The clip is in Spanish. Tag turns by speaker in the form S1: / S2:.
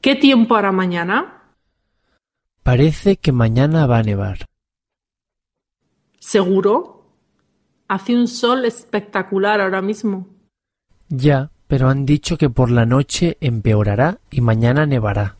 S1: ¿Qué tiempo hará mañana?
S2: Parece que mañana va a nevar.
S1: ¿Seguro? Hace un sol espectacular ahora mismo.
S2: Ya, pero han dicho que por la noche empeorará y mañana nevará.